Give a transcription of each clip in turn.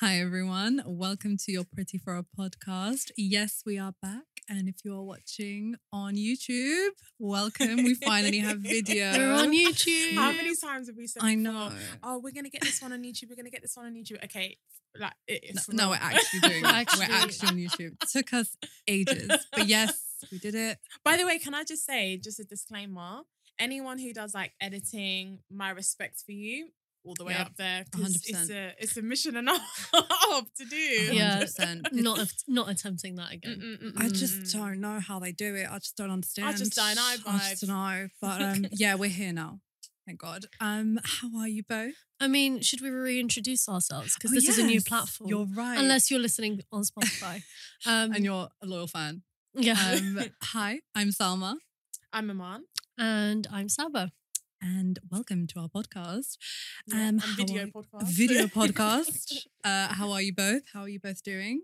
Hi, everyone. Welcome to your Pretty for a podcast. Yes, we are back. And if you are watching on YouTube, welcome. We finally have video. We're on YouTube. How many times have we said? I before, know. Oh, we're gonna get this one on YouTube. We're gonna get this one on YouTube. Okay, like No, it's no, we're not- actually doing it. Actually. We're actually on YouTube. It took us ages. But yes, we did it. By the way, can I just say, just a disclaimer? Anyone who does like editing, my respect for you, all the way Yeah, up there. 'cause It's 100%. a it's a mission and a half to do. Mm, Yeah. 100%. Not att- not attempting that again. Mm-mm-mm-mm. I just don't know how they do it. I just don't understand. don't know, I just vibes. don't know. But um, yeah, we're here now. Thank God. Um, how are you both? I mean, should we reintroduce ourselves? Because Oh, this is a new yes, platform. You're right. Unless you're listening on Spotify. Um, and you're a loyal fan. yeah. Um, hi, I'm Salma, I'm a man. and I'm Saba. and welcome to our podcast, Yeah, Um, and how video are- podcast. a video podcast. Uh, how are you both? How are you both doing?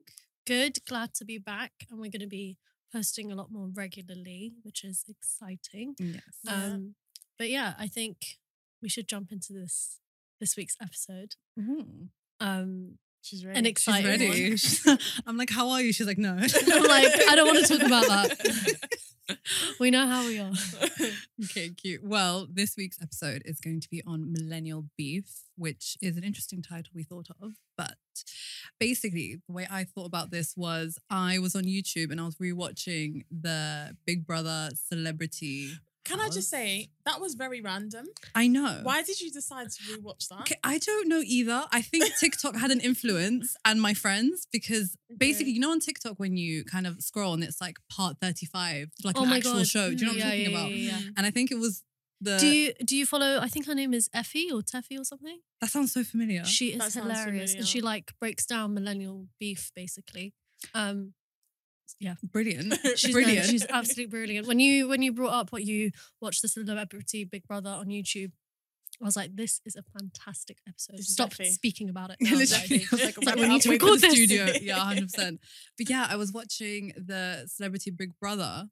Good. Glad to be back. And we're going to be posting a lot more regularly, which is exciting. Yes. Yeah. Um, but yeah, I think we should jump into this this week's episode. Mm. Um, She's ready. an She's exciting ready. one. I'm like, how are you? She's like, no. I'm like, I don't want to talk about that. we know how we are. Okay, cute. Well, this week's episode is going to be on millennial beef, which is an interesting title we thought of. But basically, the way I thought about this was I was on YouTube and I was rewatching the Big Brother celebrity. Can I just say that was very random? I know. Why did you decide to rewatch that? Oh. Okay, I don't know either. I think TikTok had an influence and my friends because basically, you know, on TikTok when you kind of scroll and it's like part 35, like Oh an my actual God. show. Do you know what Yeah, I'm talking yeah, about? yeah, yeah. And I think it was the. do you do you follow? I think her name is Effie or Teffy or something. that sounds so familiar. She is That sounds hilarious, and she familiar. like breaks down millennial beef basically. Um, Brilliant. she's no, Brilliant. she's absolutely brilliant. When you when you brought up what you watched the celebrity Big Brother on YouTube. I was like, this is a fantastic episode. This is Stop Effie. speaking about it. now, Literally, Effie. I was like, It's wrap like it we up, need to wait for the record this. studio. Yeah, 100. percent But yeah, I was watching the Celebrity Big Brother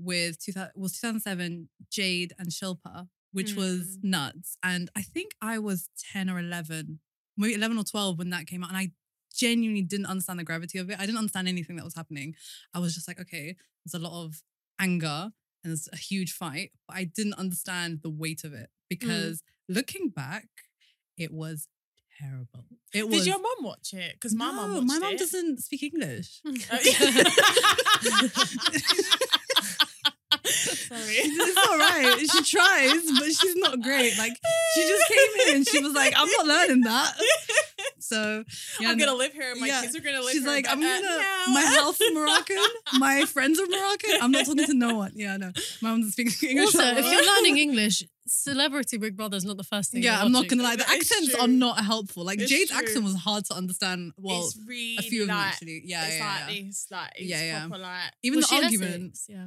with 2000, was 2007 Jade and Shilpa, which was nuts. And I think I was 10 or 11, maybe 11 or 12 when that came out, and I genuinely didn't understand the gravity of it. I didn't understand anything that was happening. I was just like, okay, there's a lot of anger and there's a huge fight, but I didn't understand the weight of it because looking back, it was terrible. It was. Did your mum watch it? Because my mum No, watched my mum it. Oh, doesn't speak English. Sorry. it's all right. She tries, but she's not great. Like she just came in and she was like, "I'm not learning that." So yeah, I'm no. gonna live here and my yeah. kids are gonna live She's here. like, but, I'm uh, gonna. no. My house is Moroccan. My friends are Moroccan. I'm not talking to no one. Yeah, no. My mum doesn't speak English. also, that if well. you're learning English, Celebrity Big Brother is not the first thing. yeah, you're I'm not watching. gonna lie. The It's accents true. are not helpful. Like It's Jade's true. accent was hard to understand. Well, it's really a few of them like, actually. Yeah, it's e yeah, like yeah. this, like it's Yeah, yeah. proper like. Even Was the she in argument. Essex? Yeah.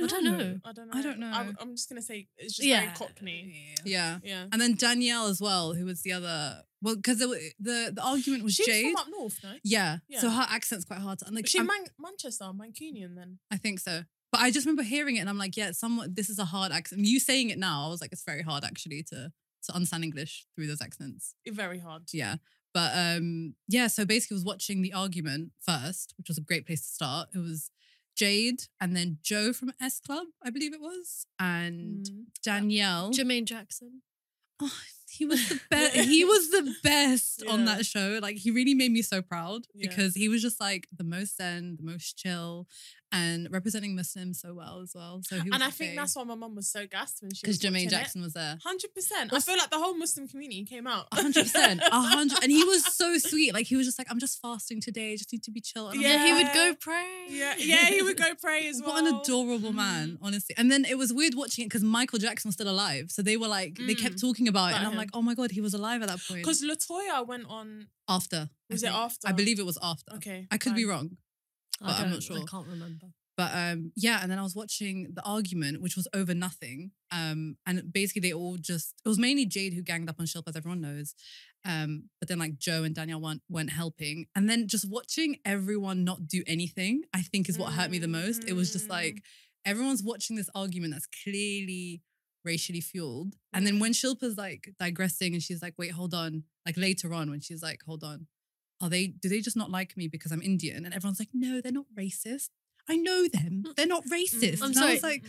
I don't know. I don't know. I don't I'm, know. I'm just gonna say it's just Yeah. very Cockney. Yeah. Yeah. And then Danielle as well, who was the other. Well, because the, the the argument was She's Jade. from up north, no? Yeah. So Yeah. her accent's quite hard. To, I'm like, Is she I'm- Man- Manchester, Mancunian then? I think so. But I just remember hearing it, and I'm like, yeah, someone. This is a hard accent. You saying it now, I was like, it's very hard actually to to understand English through those accents. Very hard. Yeah. But um yeah, so basically I was watching the argument first, which was a great place to start. It was Jade and then Joe from S Club, I believe it was, and Mm. Danielle. Jermaine Jackson. Oh, he was the best. he was the best on Yeah. that show. Like he really made me so proud Yeah. because he was just like the most zen, the most chill, and representing Muslims so well as well. So he was And I think that's why why my mum was so gassed when she because was Jermaine watching Jackson was there. It. 100%. I What's- feel like the whole Muslim community came out. A hundred percent, a hundred, and he was so sweet. Like he was just like, "I'm just fasting today. Just need to be chill." And I'm Yeah, like, he would Yeah. go pray. Yeah, yeah, he would go pray as well. mm-hmm. What an adorable man, honestly. And then it was weird watching it because Michael Jackson was still alive. So they were like, they kept Mm. talking about it. About And I'm him. like, oh my God, he was alive at that point. Because Mm. Latoya went on. After. I Was it think. after? I believe it was after. Okay. I could be fine. wrong. I But I'm don't- not sure. I can't remember. But um, yeah, and then I was watching the argument, which was over nothing. Um, and basically they all just it was mainly Jade who ganged up on Shilpa, as everyone knows. Um, but then like Joe and Danielle went went helping, and then just watching everyone not do anything, I think is what hurt me the most. It was just like everyone's watching this argument that's clearly racially fueled, and Mm-hmm. then when Shilpa's like digressing, and she's like, "Wait, hold on," like later on when she's like, "Hold on." are they do they just not like me because I'm Indian? And everyone's like, no, they're not racist. I know them. Mm, They're not racist. I'm and I sorry. was like,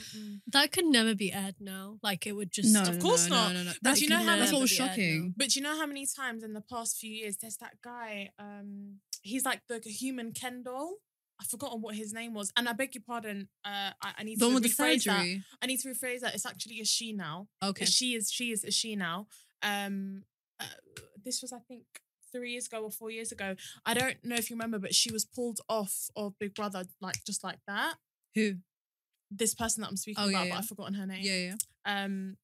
That could never be aired now. Like it would just. no, Of course no, not. No, no, no. But That's, do you know how that's what was much- shocking? But do you know how many times in the past few years there's that guy? Um, he's like the human Ken doll. I've forgotten what his name was, and I beg your pardon. Uh, I, I need The to one with the rephrase that. surgery. I need to rephrase that. It's actually a she now. Okay. She is she is a she now. Um, uh, this was I think three years ago or four years ago. I don't know if you remember, but she was pulled off of Big Brother like just like that. Who? This person that I'm speaking Oh, yeah, about, yeah. but I've forgotten her name. Yeah, yeah. Um,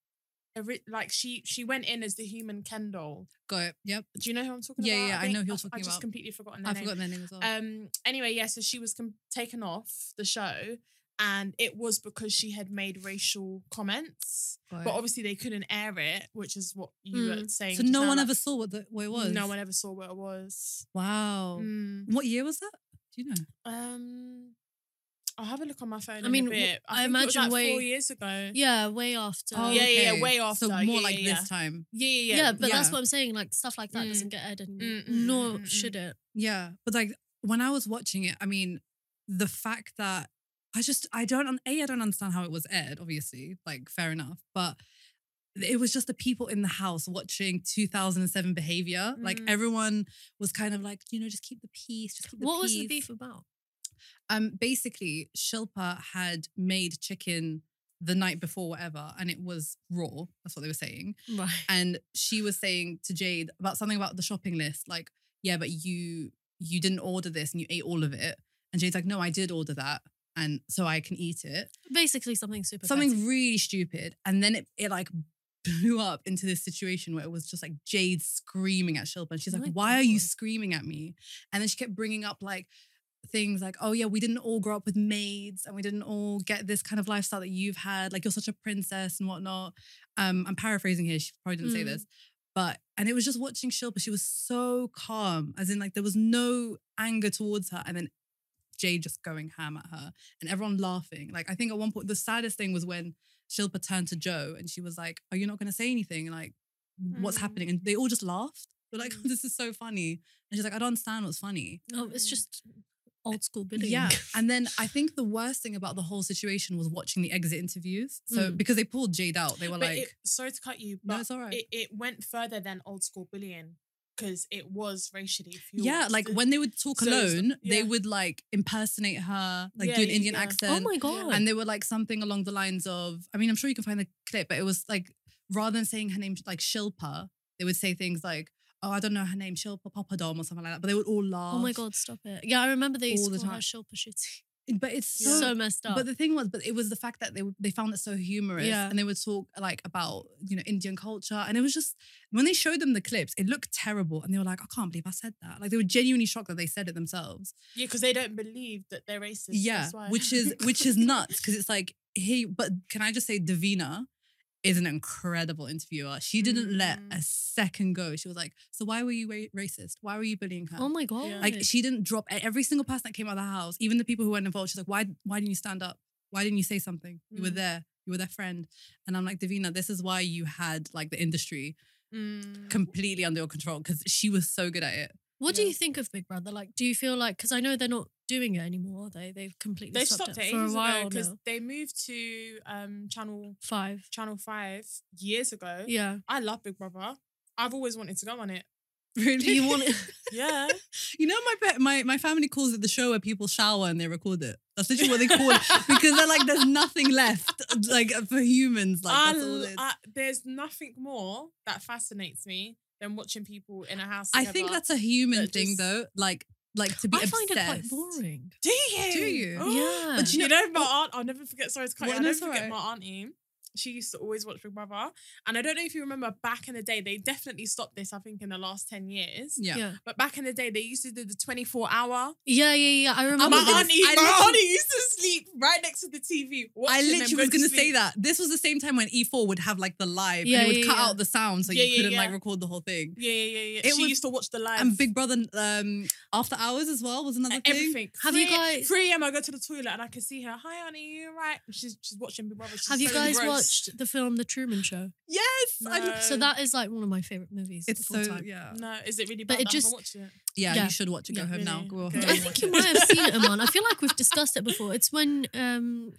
ori- like she she went in as the human Ken doll. Got it. Yep. Do you know who I'm talking Yeah, about? yeah, I know think- who you're I've- talking I just about. completely forgotten their I've name. forgotten their name as well. Um. Anyway, yeah. So she was com- taken off the show, and it was because she had made racial comments. Got But it. obviously, they couldn't air it, which is what you were saying. Mm. so just no now, one like, ever saw what, the, what it was. No one ever saw what it was. Wow. Mm. What year was that? Do you know? Um. I'll have a look on my phone. I I mean, in a mean, w- bit. I I, think it was imagine like four way- years ago. Yeah, way after. Oh, yeah, yeah, way off So though. more Yeah, like yeah, this time. Yeah, yeah, yeah, yeah. but that's yeah. what I'm saying. Like stuff like that Mm. doesn't get aired anymore, Mm, mm, mm, nor mm, mm. should it. Yeah, but like when I was watching it, I mean, the fact that I just I don't un- a I don't understand how it was aired. Obviously, like fair enough, but it was just the people in the house watching 2007 behavior. Like Mm. everyone was kind of like, you know, just keep the peace. Just keep the What was the peace." beef about? Um, basically, Shilpa had made chicken the night before, whatever, and it was raw. That's what they were saying. Right. and she was saying to Jade about something about the shopping list, like, yeah, but you you didn't order this and you ate all of it. And Jade's like, no, I did order that. And so I can eat it. Basically, something super. petty. Something really stupid. And then it, it like blew up into this situation where it was just like Jade screaming at Shilpa. And she's like, My why are you God. screaming at me? And then she kept bringing up like things like, oh, yeah, we didn't all grow up with maids and we didn't all get this kind of lifestyle that you've had. Like, you're such a princess and whatnot. Um, I'm paraphrasing here. She probably didn't say Mm. this. But, and it was just watching Shilpa. She was so calm, as in, like, there was no anger towards her. And then Jade just going ham at her and everyone laughing. Like, I think at one point, the saddest thing was when Shilpa turned to Joe and she was like, Are you not going to say anything? Like, what's Mm. happening? And they all just laughed. They're like, Mm. This is so funny. And she's like, I don't understand what's funny. Oh, it's just old school bidding. Mm. Yeah. And then I think the worst thing about the whole situation was watching the exit interviews. So, Mm. because they pulled Jade out, they were But like, it, sorry to cut you, but No, it's all right. it, it went further than old school bullying because it was racially fueled. yeah, like when they would talk So it's- alone, they yeah. would like impersonate her, like Yeah, do an yeah, Indian yeah. Oh accent. oh my god. and they were like something along the lines of i mean i'm sure you can find the clip but it was like rather than saying her name like shilpa they would say things like oh i don't know her name shilpa papadom or something like that but they would all laugh oh my god, stop it. Yeah, I remember they used All to the call time. her Shilpa Shetty. but it's so, Yeah. So messed up. but the thing was but it was the fact that they they found it so humorous Yeah. and they would talk like about you know indian culture and it was just when they showed them the clips it looked terrible and they were like i can't believe i said that like they were genuinely shocked that they said it themselves yeah, because they don't believe that they're racist. Yeah, that's why. which is which is nuts because it's like he. But can I just say, Davina is an incredible interviewer. She didn't let Mm. a second go. She was like, "So why were you ra- racist? Why were you bullying her?" oh my god. Yeah. like she didn't drop e- every single person that came out of the house, even the people who weren't involved. She's like, "Why? Why didn't you stand up? Why didn't you say something? You were Mm. there. You were their friend." And I'm like, Davina, this is why you had like the industry Mm. completely under your control because she was so good at it. What do Yeah. you think of Big Brother? Like, do you feel like because I know they're not doing it anymore? Are they they've completely they stopped, stopped it for a ages while because now. they moved to um channel Five. channel five years ago. Yeah. I love Big Brother. I've always wanted to go on it. Really, Do you want? Yeah, You know, my pa- my my family calls it the show where people shower and they record it. That's literally what they call it because they're like, there's nothing left, like for humans. Like I that's all l- it is. I- there's nothing more that fascinates me than watching people in a house. I think together. that's a human that thing, just- though. Like, like to be I find it quite obsessed. boring. Do you? you? yeah. But But you you know- know, my aunt, I'll never forget. Sorry to cut Well, you. I'll no, never it's forget alright. my auntie. She used to always watch Big Brother. And I don't know if you remember back in the day, they definitely stopped this, I think, in the last 10 years. Yeah. Yeah. But back in the day, they used to do the 24 hour. Yeah. Yeah. Yeah. I remember. my was gonna- this. auntie, I my literally- auntie used to sleep right next to the TV. I watching them literally was go gonna to say sleep. that. This was the same time when E4 would have like the live Yeah, and it would yeah, cut yeah. out the sound so Yeah, you yeah, couldn't yeah. like record the whole thing. Yeah, yeah, yeah. yeah. It she was- used to watch the live. And Big Brother um after hours as well was another thing. E, Everything. Have you 3 guys- 3 a.m. I go to the toilet and I can see her. Hi, auntie, you all right? She's she's watching Big Brother. She's Have you so guys engrossed. watched the film The Truman Show? Yes, I No. love- So that is like one of my favorite movies. it's of all so time. yeah. No, is it really But bad? it I haven't just- watched it. yeah, Yeah. You should watch it. Go Yeah, home now. really. Go off. Okay. I think you might have seen it, man. I feel like we've discussed it before. It's when um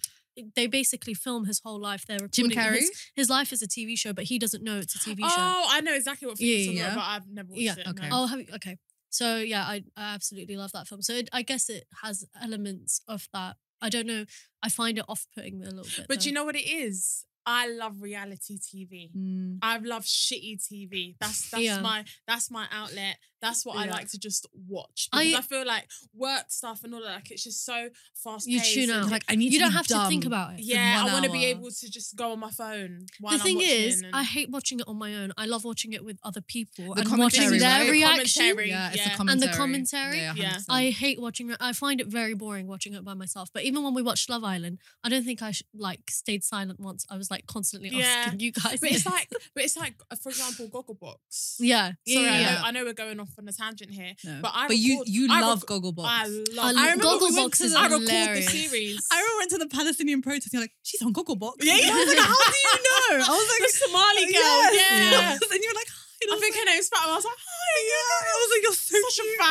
they basically film his whole life. They're Jim recording- Carrey. His, his life is a TV show, but he doesn't know it's a TV show. Oh, I know exactly what film Yeah, yeah, yeah, yeah. but I've never watched Yeah, it. no. okay. Oh, have you? Okay. So yeah, I, I absolutely love that film. So it, I guess it has elements of that. I don't know. I find it off-putting a little bit. But you know what it is? I love reality TV. Mm. I love shitty TV. That's that's Yeah. my that's my outlet. That's what I Yeah. like to just watch. I- Because I, feel like work stuff and all that, like it's just so fast. You tune out. Like I need. you to don't be have to think dumb. about it. Yeah, one I want to be hour. able to just go on my phone. While the thing I'm watching is, and- I hate watching it on my own. I love watching it with other people The and commentary, watching their right? The reaction. commentary. Yeah, it's Yeah. the commentary. And the commentary. Yeah, Yeah. 100%. I hate watching it. I find it very boring watching it by myself. But even when we watched Love Island, I don't think I sh- like stayed silent once. I was like constantly Yeah. asking you guys. but it's this. like, but it's like, uh, for example, Gogglebox. yeah, yeah, Sorry, yeah, I, yeah. know, I know we're going off on a tangent here, No. but I. But you record- you I love rec- Gogglebox. I love. I I remember Gogglebox we went to is the, I record the hilarious. series. I remember went to the Palestinian protest. You're like, she's on Gogglebox. Yeah, yeah. I was like, how do you know? I was the like, Somali girl. yes. Yeah. Yeah. and you were like, hi. And I I was think like, her name's Fatima. I was like, yeah. I was like, you're so such cute. a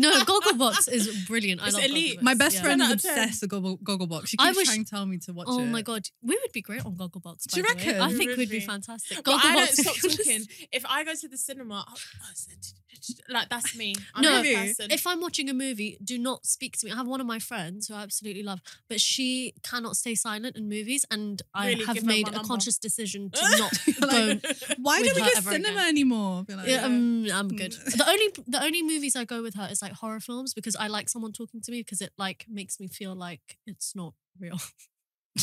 fan. No, Gogglebox is brilliant. I It's love elite. Gogglebox. My best Yeah. friend is Ten out of ten. obsessed with Goggle, Gogglebox. She keeps I wish- trying to tell me to watch Oh it. my god, we would be great on Gogglebox. Do you by the way. reckon? I We think would we'd be be. fantastic. But I don't Gogglebox- stop talking. If I go to the cinema, I- I said, like that's me. I'm No, that Really? person. If I'm watching a movie, do not speak to me. I have one of my friends who I absolutely love, but she cannot stay silent in movies, and I Really? have Give her my made a number. conscious decision to not go. Like, Why with don't we her go ever cinema again. anymore? Be like, Yeah, um, I'm good. Mm. The only the only movies I go with her is like horror films because I like someone talking to me because it like makes me feel like it's not real.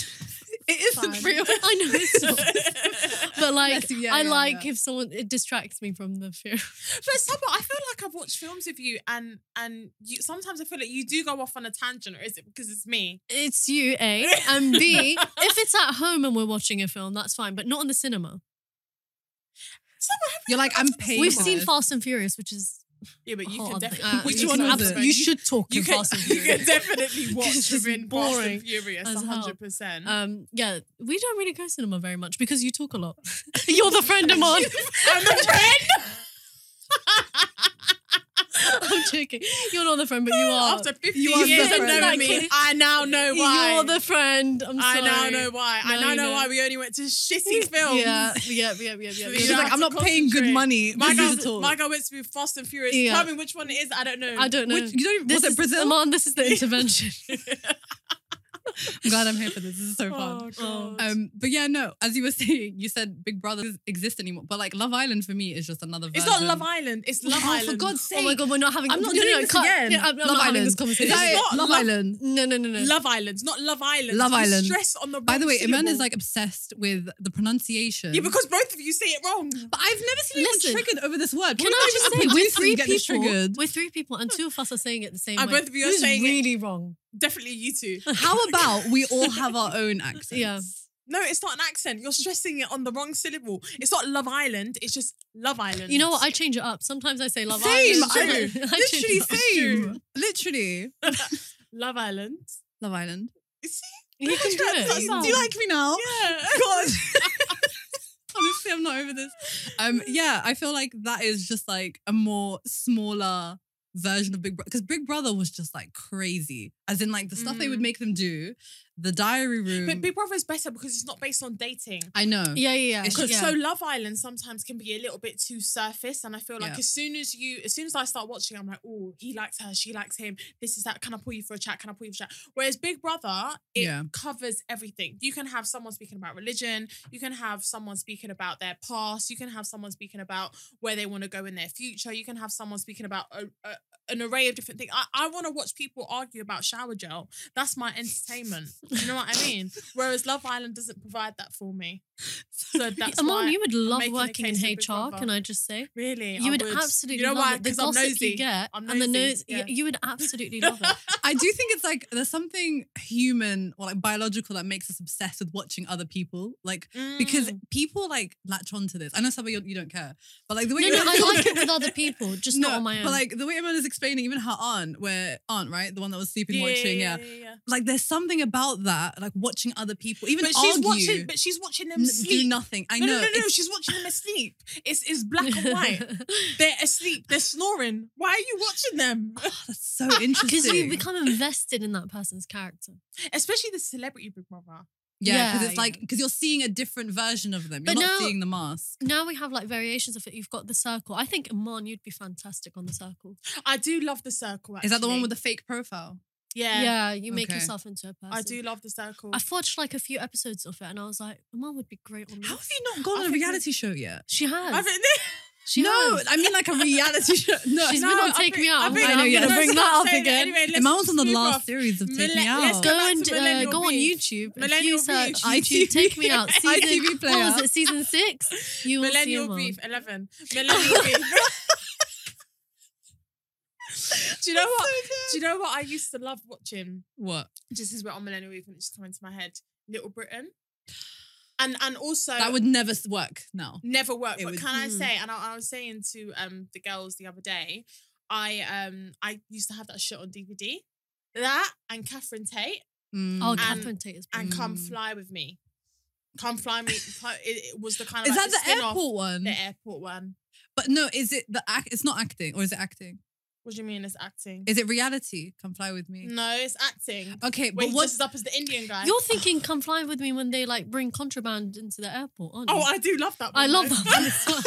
it fine. isn't real. I know it's not. But like Bless you, yeah, I yeah, like yeah. if someone it distracts me from the fear. But Saba, I feel like I've watched films with you, and and you sometimes I feel like you do go off on a tangent, or is it because it's me? It's you, A. And B, if it's at home and we're watching a film, that's fine, but not in the cinema. You're like, I'm paid. We've for seen this. Fast and Furious, which is Yeah, but a you whole can other definitely. thing. Uh, Which you one can was abs- it? You should talk You in can, Fast and you Furious. can definitely watch This is within Fast boring and Furious, as hell. hundred percent. Um, yeah, we don't really go cinema very much because you talk a lot. You're the friend I'm on. I'm a friend. I'm joking. You're not the friend, but you are. After 50 You are the years of friend. knowing me, I now know why. You're the friend. I'm I sorry. now know why. I No, now you know know. why we only went to shitty films. Yeah, yeah, yeah, yeah, yeah. So yeah. She's you like, have I'm to not paying good concentrate. money. My This is girl's- at all. girl, my girl went to be Fast and Furious. Yeah. Tell me which one it is. I don't know. I don't know. Which, you don't even, was this is- it Brazil? Amon, this is the intervention. I'm glad I'm here for this. This is so fun. Oh, Oh. God. Um, but yeah, no. As you were saying, you said Big Brother doesn't exist anymore. But like Love Island for me is just another. it's not version. Love Island. It's Love Oh, Island. for God's sake! Oh my god, we're not having. I'm not no, doing no, this cut. again. Yeah, I'm, I'm Love not having Island. this Is conversation. that It's it? not Love Love- Island. No, no, no, no. Love Island, not Love Island. Love You Island. Stress on the By the wrong way, Iman is syllable. like obsessed with the pronunciation. yeah, because both of you say it wrong. But I've never seen Listen. anyone triggered over this word. Can Why I do just think say we're producers three get people? triggered? We're three people, and two of us are saying it the same And way. both of you are This is saying it- really wrong. Definitely you two. How about we all have our own accents? Yeah. No, it's not an accent. You're stressing it on the wrong syllable. It's not Love Island. It's just Love Island. You know what? I change it up. Sometimes I say Love Same, Island. I- Sometimes- I change Literally it up. same. Literally. Love Island. Love Island. You see? You can do it. That's Do It's not- you like me now? Yeah. Oh God. Honestly, I'm not over this. Um, yeah, I feel like that is just like a more smaller version of Big Brother because Big Brother was just like crazy, as in like the stuff they would Mm. make them do, the diary room. But Big Brother is better because it's not based on dating. I know. Yeah, yeah, yeah. It's Because yeah. so Love Island sometimes can be a little bit too surface, and I feel like Yeah. as soon as you, as soon as I start watching, I'm like, oh, he likes her, she likes him. This is that. Can I pull you for a chat? Can I pull you for a chat? Whereas Big Brother, it Yeah. covers everything. You can have someone speaking about religion. You can have someone speaking about their past. You can have someone speaking about where they want to go in their future. You can have someone speaking about a, a, an array of different things. I, I want to watch people argue about shower gel. That's my entertainment. you know what I mean? Whereas Love Island doesn't provide that for me. So that's Amon, why- you would love making a working in case of Big HR. Can Brother. I just say? Really, You I would, absolutely You know love why? it. The Because I'm gossip you nosy. get I'm and the nosy, nose, yeah. you would absolutely love it. I do think it's like there's something human or like biological that makes us obsessed with watching other people. Like because Mm. people like latch onto this. I know some of you, you don't care, but like the way no, you no, I like it with other people, just not on my own. But like the way Emma is explaining, even her aunt, where aunt, right, the one that was sleeping watching, yeah. yeah, yeah. Like there's something about felt that, like watching other people, even but argue, she's watching. But she's watching them n- sleep. do nothing. I no, know. no, no, no. it's- She's watching them asleep. It's it's black and white. They're asleep. They're snoring. Why are you watching them? oh, that's so Because interesting. you become invested in that person's character. Especially the celebrity Big Brother. yeah, because Yeah, it's like because you're seeing a different version of them. You're But not now- seeing the mask. Now we have like variations of it. You've got the circle. I think Iman, you'd be fantastic on the circle. I do love the circle. Is that the one with actually. the fake profile? Yeah, Yeah, you make Okay. yourself into a person. Eh, I do love the circle. I've watched like a few episodes of it, and I was like, Iman would be great on this. How have you not gone I on a think- reality show yet? She has. I've- she no, has. I mean like a reality show. No, She's no, been on I- I Take think- Me Out. I I'm think- like, I know, I'm yeah. gonna bring Let's that not up say that. again. Anyway, let's Iman was on the move last off. series of Take Mille- Me let's Out. go Go back and to uh, Millennial go on Beach. YouTube. If you Millennial search Beach. ITV, take me out. Season, ITV what was player. it? Season six. You will Millennial see beef Iman. 11. Millennial beef. Do you know what? Do you know what I used to love watching? What? Just as we're on Millennial Beef, and it just come into my head. Little Britain, and and also That would never s- work now. never work. it But would- hmm. can I Mm. say? And I, I was saying to um the girls the other day, I um I used to have that shit on DVD. That and Catherine Tate Mm. Oh, And- Catherine Tate is and brilliant. Come Mm. Fly with Me. Come Fly Me. It, it was the kind of is like that the spin-off- airport one? The airport one. But no, is it the act? It's not acting, or is it acting? What do you mean it's acting? Is it reality? Come fly with me. no, it's acting. Okay, Wait, but what's what's up as the Indian guy? You're thinking, come fly with me when they like bring contraband into the airport, aren't you? oh, I do love that. One I love though. that one as well.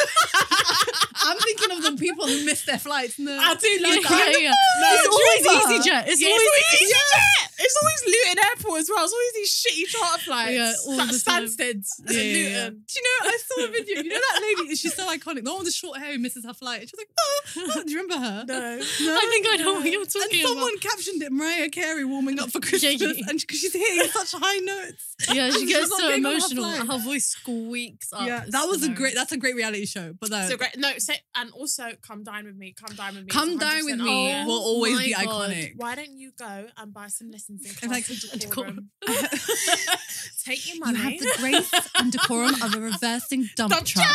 I'm thinking of the people who missed their flights. No, I do yeah, love that. yeah, yeah. No, It's Uber. always EasyJet. It's Yeah, always it's always EasyJet. It's always Luton Airport as well. It's always these shitty charter flights. Yeah, all Like the time. Stansted. Yeah, in yeah, yeah. Luton. Do you know? I saw a video. You know that lady? She's so iconic. The one with the short hair who misses her flight. She's like, oh, oh, do you remember her? No. I think I know what you're And talking someone captioned it Mariah Carey warming up for Christmas, yeah. and because she's hitting such high notes. about. Yeah, she She's gets not so getting on her emotional. flight. Her voice squeaks up. yeah, It's that was a great. hilarious. That's a great reality show. But no, So great. No, so, and also come dine with me. Come dine with me. is come down with 100% me up there. will always my be God. iconic. Why don't you go and buy some lessons in I'm like, class and decorum? decorum. Take your You money. have the grace and decorum of a reversing dump, Dump truck.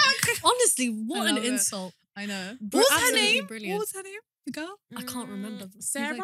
Honestly, what I an love it. insult. I know. What We're was her absolutely name? brilliant. What was her name? The girl? I can't remember. Mm, He's Sarah? like,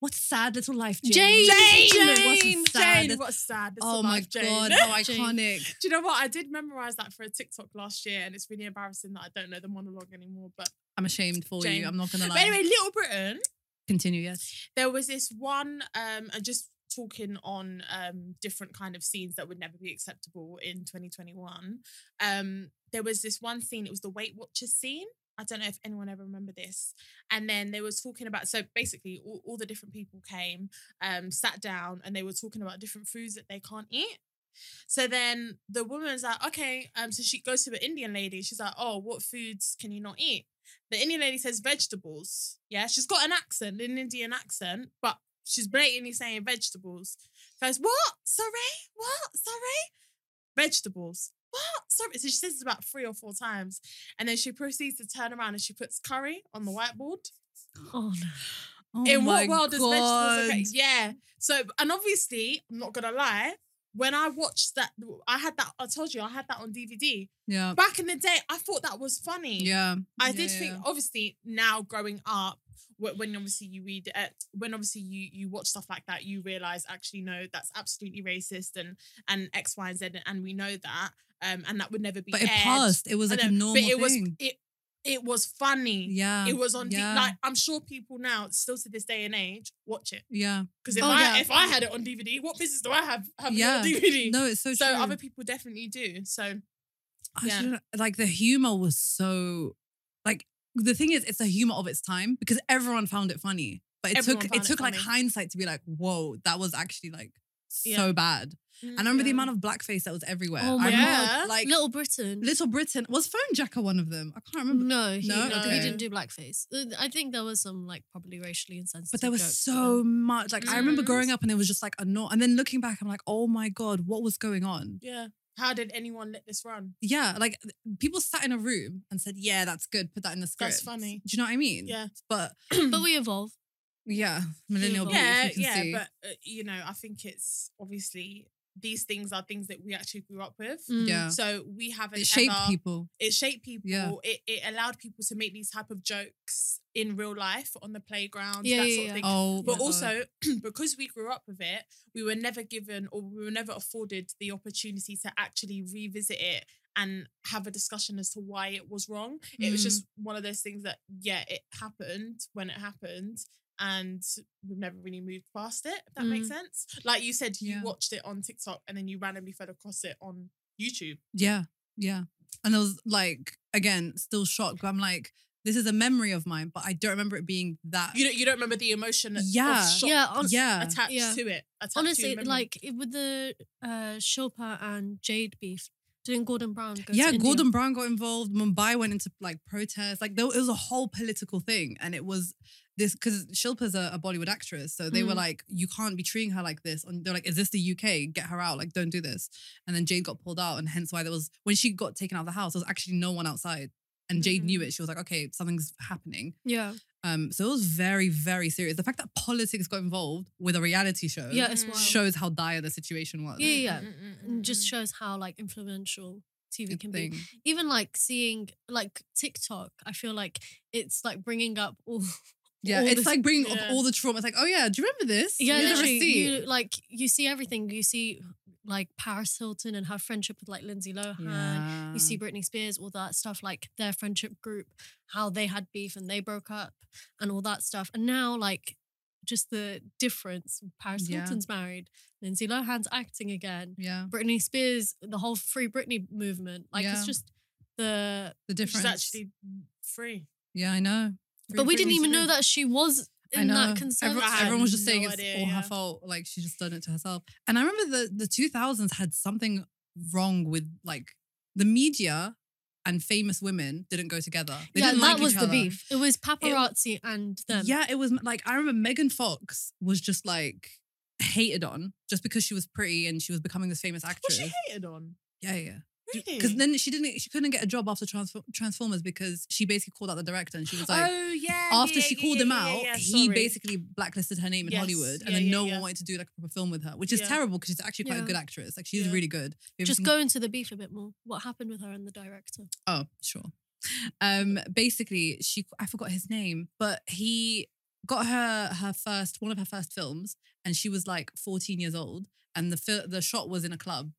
What a sad little life, Jane. Jane. Jane. What's Jane. a sad Jane, little- what's sad? It's Oh a my life, Jane. god, how Jane. iconic. Do you know what? I did memorize that for a TikTok last year, and it's really embarrassing that I don't know the monologue anymore. But, I'm ashamed for Jane. you. I'm not gonna lie. but anyway, Little Britain, continue. Yes. there was this one, um, and just talking on um different kind of scenes that would never be acceptable in 2021. Um, there was this one scene. It was the Weight Watchers scene. I don't know if anyone ever remember this. And then they was talking about so basically all, all the different people came, um, sat down, and they were talking about different foods that they can't eat. So then the woman's like, okay, um, so she goes to the Indian lady. She's like, oh, what foods can you not eat? The Indian lady says vegetables. Yeah, she's got an accent, an Indian accent, but she's blatantly saying vegetables. Goes, what? Sorry, what? Sorry, vegetables. What? Sorry. So she says it about three or four times, and then she proceeds to turn around and she puts curry on the whiteboard Oh no. Oh in my what world is vegetables okay? God. Yeah. So, and obviously, I'm not gonna lie. When I watched that, I had that. I told you I had that on DVD. Yeah. Back in the day, I thought that was funny. Yeah. I Yeah, did yeah, think. yeah. Obviously, now growing up, wh- when obviously you read, uh, when obviously you you watch stuff like that, you realize actually no, that's absolutely racist and and X, Y, and Z, and we know that, um, and that would never be. But it aired. passed. It was I like a know, normal but it was thing. it it was funny. yeah. It was on D yeah. like I'm sure people now, still to this day and age, watch it. yeah. Because if Oh, I yeah. if I had it on DVD, what business do I have having Yeah. it on DVD? No, it's so, so true. other people definitely do. So I yeah. shouldn't- like the humor was so like the thing is it's a humor of its time because everyone found it funny. But it Everyone took found it it took like funny. hindsight to be like, whoa, that was actually like so Yeah. Mm-hmm. bad. And I remember mm, the amount of blackface that was everywhere. Oh I my remember, God. like Little, Little Britain. Britain was Phone Jacker one of them. I can't remember. No, he, No? no, Okay. he didn't do blackface. Uh, I think there was some like probably racially insensitive. But there was jokes, so much. Like I remember Mhm. growing up and it was just like a no. And then looking back, I'm like, oh my god, what was going on? Yeah. How did anyone let this run? Yeah, like th- people sat in a room and said, yeah, that's good. Put that in the script. That's funny. Do you know what I mean? Yeah. But but we evolve. yeah, millennial. Well, beef, yeah, you can yeah. see. But uh, you know, I think it's obviously these things are things that we actually grew up with. Mm. Yeah. So we haven't It shaped ever- people. it shaped people. Yeah. It, it allowed people to make these type of jokes in real life on the playground, Yeah, that yeah, sort yeah. of thing. Oh, But my God. also, because we grew up with it, we were never given or we were never afforded the opportunity to actually revisit it and have a discussion as to why it was wrong. It was Mm. just one of those things that, yeah, it happened when it happened. And we've never really moved past it, if that makes Mm. sense. Like you said, you Yeah. watched it on TikTok and then you randomly fell across it on YouTube. Yeah, yeah. And I was like, again, still shocked. but I'm like, this is a memory of mine, but I don't remember it being that. You don't, you don't remember the emotion of Yeah. shock Yeah, hon- yeah, attached Yeah. to it. attached to honestly, memory. like it- with the uh, Shilpa and Jade beef, didn't Gordon Brown go? to yeah. India? Gordon Brown got involved. Mumbai went into like protests. Like there it was a whole political thing, and it was this because Shilpa's a, a Bollywood actress, so they were Mm. like, you can't be treating her like this. And they're like, is this the UK? Get her out. Like don't do this. And then Jade got pulled out, and hence why there was when she got taken out of the house, there was actually no one outside. And Jade Mm. knew it. She was like, okay, something's happening. Yeah, Um, so it was very, very serious. The fact that politics got involved with a reality show yeah, it's Mm. wild. shows how dire the situation was. Yeah, yeah. Mm, mm, mm, And just mm. shows how like influential TV Good can be. thing. Even like seeing like TikTok, I feel like it's like bringing up all. Yeah, all it's this- like bringing up yeah. all the trauma. It's like, oh yeah, do you remember this? yeah, Here's a literally, receipt. you like you see everything. You see like Paris Hilton and her friendship with like Lindsay Lohan. yeah. You see Britney Spears, all that stuff, like their friendship group, how they had beef and they broke up and all that stuff. And now, like, just the difference. Paris Yeah. Hilton's married, Lindsay Lohan's acting again, yeah, Britney Spears, the whole Free Britney movement. Like, Yeah. it's just the. the difference. She's actually mm, free. yeah, I know. but we didn't Britney's even know free. that she was I in know. that Everyone, conservative. I had everyone was just no saying it's idea, all her yeah. fault. Like she just done it to herself. And I remember the the two thousands had something wrong with like the media and famous women didn't go together. They yeah, didn't that like was each the other. beef. It was paparazzi and them. Yeah, it was like I remember Megan Fox was just like hated on just because she was pretty and she was becoming this famous Was actress. she hated on? yeah, yeah. Really? Because then she didn't, she couldn't get a job after Transfor- Transformers because she basically called out the director and she was like, oh yeah. after yeah, she yeah, called yeah, him yeah, out, yeah, he sorry. basically blacklisted her name in Yes, Hollywood, and yeah, then yeah, no yeah. one wanted to do like a proper film with her, which is Yeah. terrible because she's actually quite Yeah. a good actress. Like she's Yeah. really good. If Just you- go into the beef a bit more. What happened with her and the director? Oh, sure. Um, basically, she I forgot his name, but he got her her first one of her first films, and she was like 14 years old, and the fil- the shot was in a club,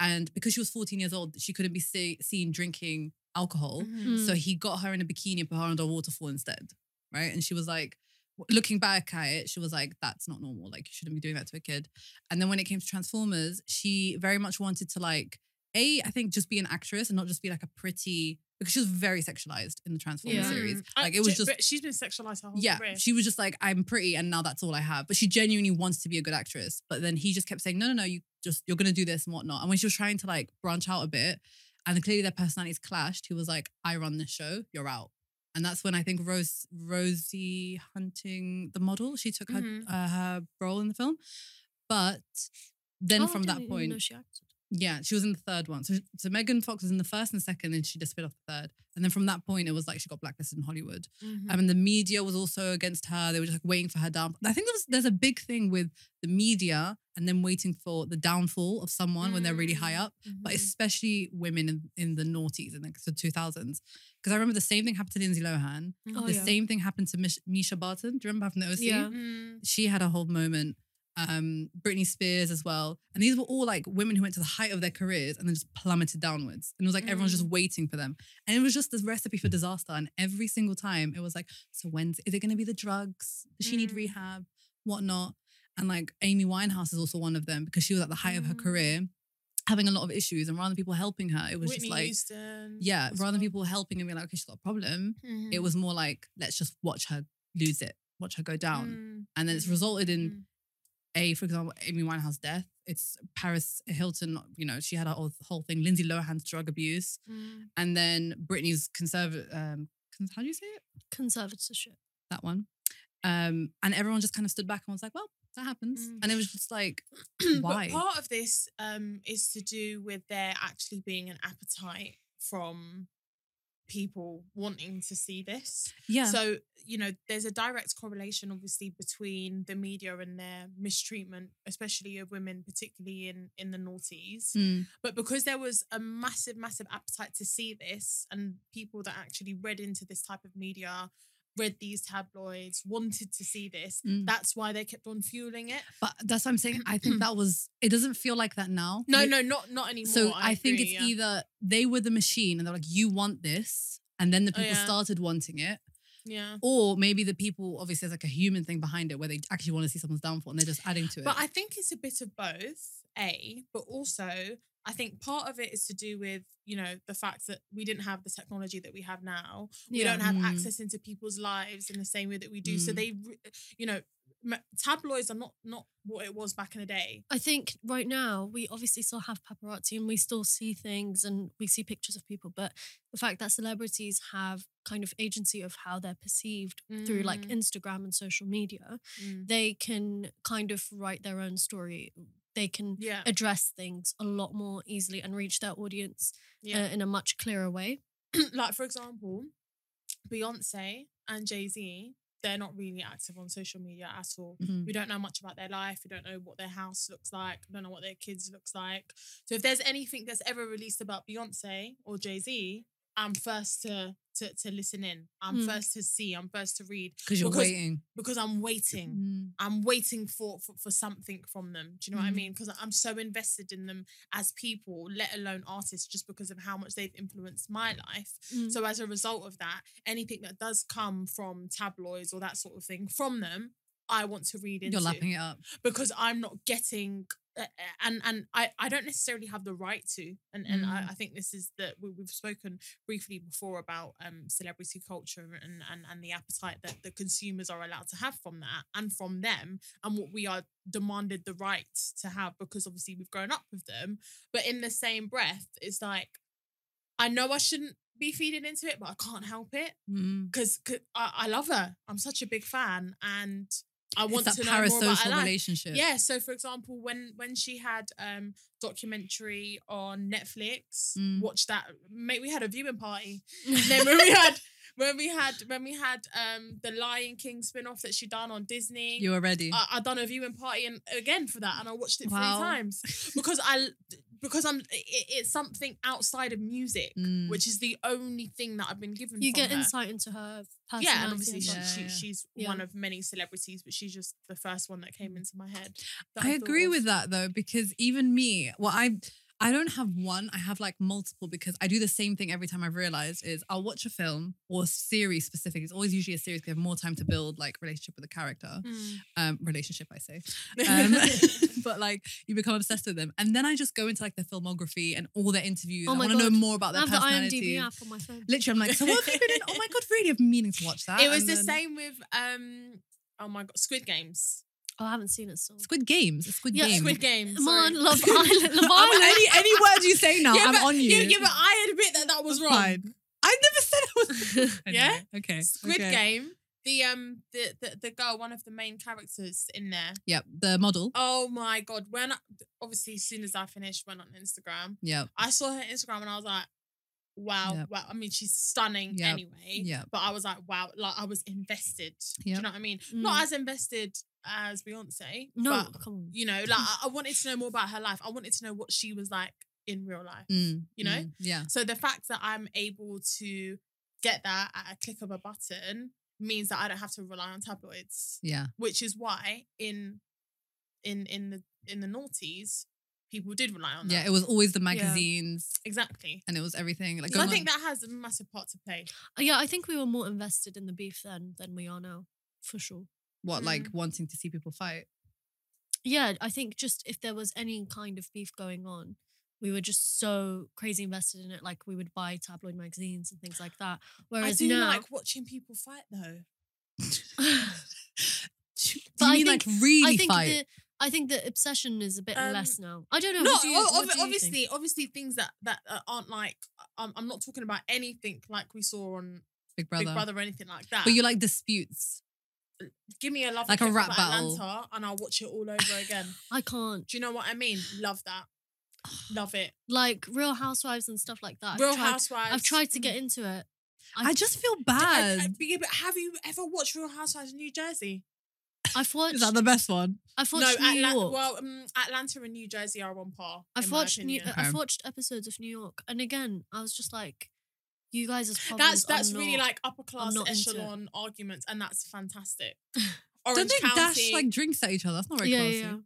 and because she was 14 years old, she couldn't be see- seen drinking alcohol, Mhm. Mm. Mm. so he got her in a bikini and put her under a waterfall instead, right? And she was like. w- Looking back at it, she was like, "That's not normal. Like, you shouldn't be doing that to a kid." And then when it came to Transformers, she very much wanted to like a i think just be an actress and not just be like a pretty because she was very sexualized in the transformers Yeah. series Mm. I- like it was j- just but she's been sexualized her Oh, whole yeah career. she was just like i'm pretty and now that's all i have but she genuinely wants to be a good actress but then he just kept saying no no no you just you're gonna do this and whatnot and when she was trying to like branch out a bit and clearly their personalities clashed he was like i run this show you're out and that's when I think Rose Rosie Hunting, the model, she took her Mhm. Mm-hmm. uh, her role in the film. But then Oh, I from that didn't even point, know she acted. yeah, she was in the third one. So, so Megan Fox was in the first and second, and she disappeared off the third. And then from that point, it was like she got blacklisted in Hollywood. Mhm. I mean, the media was also against her. They were just like waiting for her down. I think there was, there's a big thing with the media and then waiting for the downfall of someone when they're really high Mm, up, but Mm-hmm. mhm. especially women in, in the noughties and like the 2000s. Because I remember the same thing happened to Lindsay Lohan. mm-hmm. Oh, the yeah. same thing happened to Mish- Misha Barton. Do you remember her from the OC? Yeah. Mm. she had a whole moment. Um, Britney Spears as well. And these were all like women who went to the height of their careers and then just plummeted downwards. And it was like everyone's Mm. just waiting for them. And it was just this recipe for disaster. And every single time it was like, so when's is it gonna be the drugs? Does she need Mm. rehab? Whatnot? And like Amy Winehouse is also one of them because she was at the height of her Mm. career, having a lot of issues, and rather than people helping her, it was Whitney just like Houston. yeah, as rather than well. people helping and being like, okay, she's got a problem. It Mhm. was more like, let's just watch her lose it, watch her go down Mm. and then it's Mhm. resulted in Mm. a for example amy winehouse death it's paris hilton you know she had her whole- whole thing lindsay lohan's drug abuse Mm. and then britney's conservative um cons- how do you say it Conservatorship. that one um and everyone just kind of stood back and was like well that happens Mm. and it was just like Why? But part of this um, is to do with there actually being an appetite from people wanting to see this. Yeah. So, you know, there's a direct correlation, obviously, between the media and their mistreatment, especially of women, particularly in, in the noughties. Mm. But because there was a massive, massive appetite to see this, and people that actually read into this type of media, read these tabloids, wanted to see this, Mm. that's why they kept on fueling it. But that's what I'm saying. I think that was. It doesn't feel like that now. No, Like, no, not not anymore. So I, think agree, it's yeah. either they were the machine and they're like, you want this. And then the Oh, people yeah. started wanting it. yeah. Or maybe the people, obviously, there's like a human thing behind it where they actually want to see someone's downfall and they're just adding to it. But I think it's a bit of both, A, but also I think part of it is to do with, you know, the fact that we didn't have the technology that we have now. We don't have Mm. access into people's lives in the same way that we do. So Mm. they, re- you know, ma- tabloids are not not what it was back in the day. I think right now we obviously still have paparazzi and we still see things and we see pictures of people, but the fact that celebrities have kind of agency of how they're perceived through like Mm. Instagram and social media, they can kind of write their own story. They can Yeah. address things a lot more easily and reach their audience uh, Yeah. in a much clearer way. like for example, Beyonce and Jay-Z, they're not really active on social media at all. Mhm. Mm. We don't know much about their life. We don't know what their house looks like. We don't know what their kids looks like. So if there's anything that's ever released about Beyonce or Jay Z, I'm first to to to listen in. I'm Mm. first to see. I'm first to read you're because- waiting. because I'm waiting. Mm. I'm waiting for for, for something from them. Do you know what I Mm-hmm. Mhm. mean? Because I'm so invested in them as people, let alone artists, just because of how much they've influenced my life. Mm. So as a result of that, anything that does come from tabloids or that sort of thing from them, I want to read into You're lapping it up. because I'm not getting uh, and and I, I don't necessarily have the right to and and I, Mm. I think this is that we, we've spoken briefly before about um celebrity culture and and and the appetite that the consumers are allowed to have from that and from them and what we are demanded the right to have because obviously we've grown up with them but in the same breath it's like I know I shouldn't be feeding into it but I can't help it Mm. because I, I love her I'm such a big fan and I It's want that to know more about her parasocial life. relationship. Yeah. So, for example, when when she had um documentary on Netflix, Mm. watch that. Mate, we had a viewing party. And then when we had when we had when we had um the Lion King spin off that she done on Disney. You were ready. I, I done a viewing party and again for that, and I watched it Wow. three times because I because I'm it, it's something outside of music, Mm. which is the only thing that I've been given. you from get her. insight into her personality. Yeah, and obviously stuff. Yeah, she, she, yeah. Mm. she's Yeah. one of many celebrities, but she's just the first one that came into my head. that I thought agree of. with that though, because even me, well, I I don't have one. I have like multiple because I do the same thing every time I've realized is I'll watch a film or series specifically. It's always usually a series. We have more time to build like relationship with the character, Mm. um, relationship I say. Um, but like you become obsessed with them, and then I just go into like their filmography and all their interviews. Oh I my want to know God. more about I their have the personality. IMDb Oh app on my phone. Literally, I'm like, so what have they been in? Oh my god, really? I've been meaning to watch that. It was And the then- same with um. Oh my god, Squid Games. Oh, I haven't seen it still. Squid Games. It's Squid Yeah, Games. Squid Games. Come sorry. on, Love Island. Love I'm- Island. any any word you say now, yeah, I'm but, on you. Yeah, yeah, but I admit that that was wrong. Fine. I never said it was. Yeah? Okay. Squid okay. Game. The um the, the the girl, one of the main characters in there. Yep. The model. Oh my god! When I, obviously, as soon as I finished, went on Instagram. Yep. I saw her Instagram and I was like, wow, Yep. wow. I mean, she's stunning Yep. anyway. Yep. But I was like, wow, like I was invested. Do you Yep. know what I mean? Mm. Not as invested as Beyonce. no, but, come on. you know, like I, I wanted to know more about her life. I wanted to know what she was like in real life. Mm, You know? mm, yeah. So the fact that I'm able to get that at a click of a button means that I don't have to rely on tabloids Yeah. which is why in in in the in the noughties people did rely on that. Yeah. It was always the magazines exactly. and it was everything. Like, So So I going think on- that has a massive part to play. Yeah, I think we were more invested in the beef then than we are now, for sure. what, Mm. like wanting to see people fight. Yeah, I think just if there was any kind of beef going on, we were just so crazy invested in it. Like we would buy tabloid magazines and things like that. Whereas I do now, like watching people fight though. Do you But I mean think- like really I think fight? the I think the obsession is a bit Um, less now. I don't know. No, what do you- o- what ob- do you obviously, think? obviously things that that uh, aren't like uh, um, I'm, I'm not talking about anything like we saw on Big Brother. Big Brother or anything like that. But you like disputes. give me a love like a affair rap for battle. Atlanta, and I'll watch it all over again. I can't do you know what I mean? Love that, love it. like Real Housewives and stuff like that. I've Real tried- Housewives. I've tried to mm. get into it, I, I- just feel I- bad. I- yeah, but have you ever watched Real Housewives of New Jersey? I've watched. Is that the best one? I've watched New Atlan- York. well, um, Atlanta and New Jersey are on par. I've in my watched. New, uh, opinion. Okay. I've watched episodes of New York, and again, I was just like, "You guys as that's that's really like upper I'm class oh, not into it. echelon arguments, and that's fantastic. Don't Orange they County, dash like drinks at each other? That's not very yeah, classy. yeah.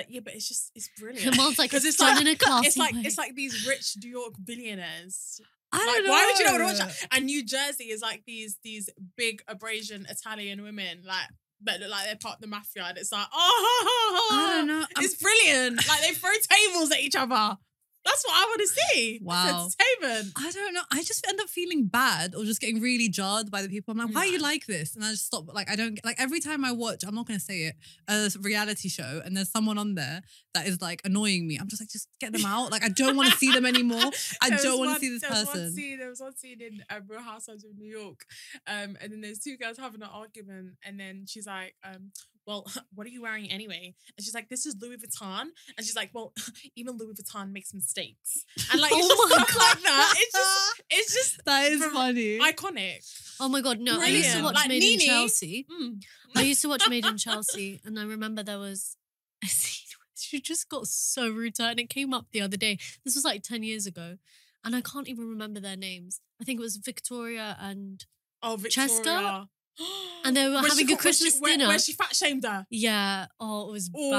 uh, yeah, but it's just it's yeah. brilliant. Kamal's like, Because it's it's done like- in a classy It's like way. it's like these rich New York billionaires. I Like, don't know. why would you not want to watch that? And New Jersey is like these these big abrasion Italian women like that look like they're part of the mafia, and it's like oh, I don't know. I'm- it's brilliant. like they throw tables at each other. That's what I want to see. Wow. That's entertainment. I don't know. I just end up feeling bad or just getting really jarred by the people. I'm like, why are you No. like this? And I just stop. Like, I don't like every time I watch, I'm not going to say it, a reality show and there's someone on there that is like annoying me. I'm just like, just get them out. Like, I don't want to see them anymore. I There was don't want one- to see this there was one person. scene- there was one scene in um, Real Housewives of New York, um, and then there's two girls having an argument, and then she's like, um, "Well, what are you wearing anyway?" And she's like, "This is Louis Vuitton," and she's like, "Well, even Louis Vuitton makes mistakes," and like it's Oh just my stuff like that. It's just it's just that is for- funny. iconic. oh my god, no! I used to Brilliant. watch Like, Made Nene- in Chelsea. Mm. I used to watch Made in Chelsea, and I remember there was a scene where she just got so rude to her, and it came up the other day. This was like ten years ago, and I can't even remember their names. I think it was Victoria and Oh, Victoria. Cheska? And they were When she having got- a when she- Christmas where- dinner. where she fat shamed her. yeah. Oh, it was Oh,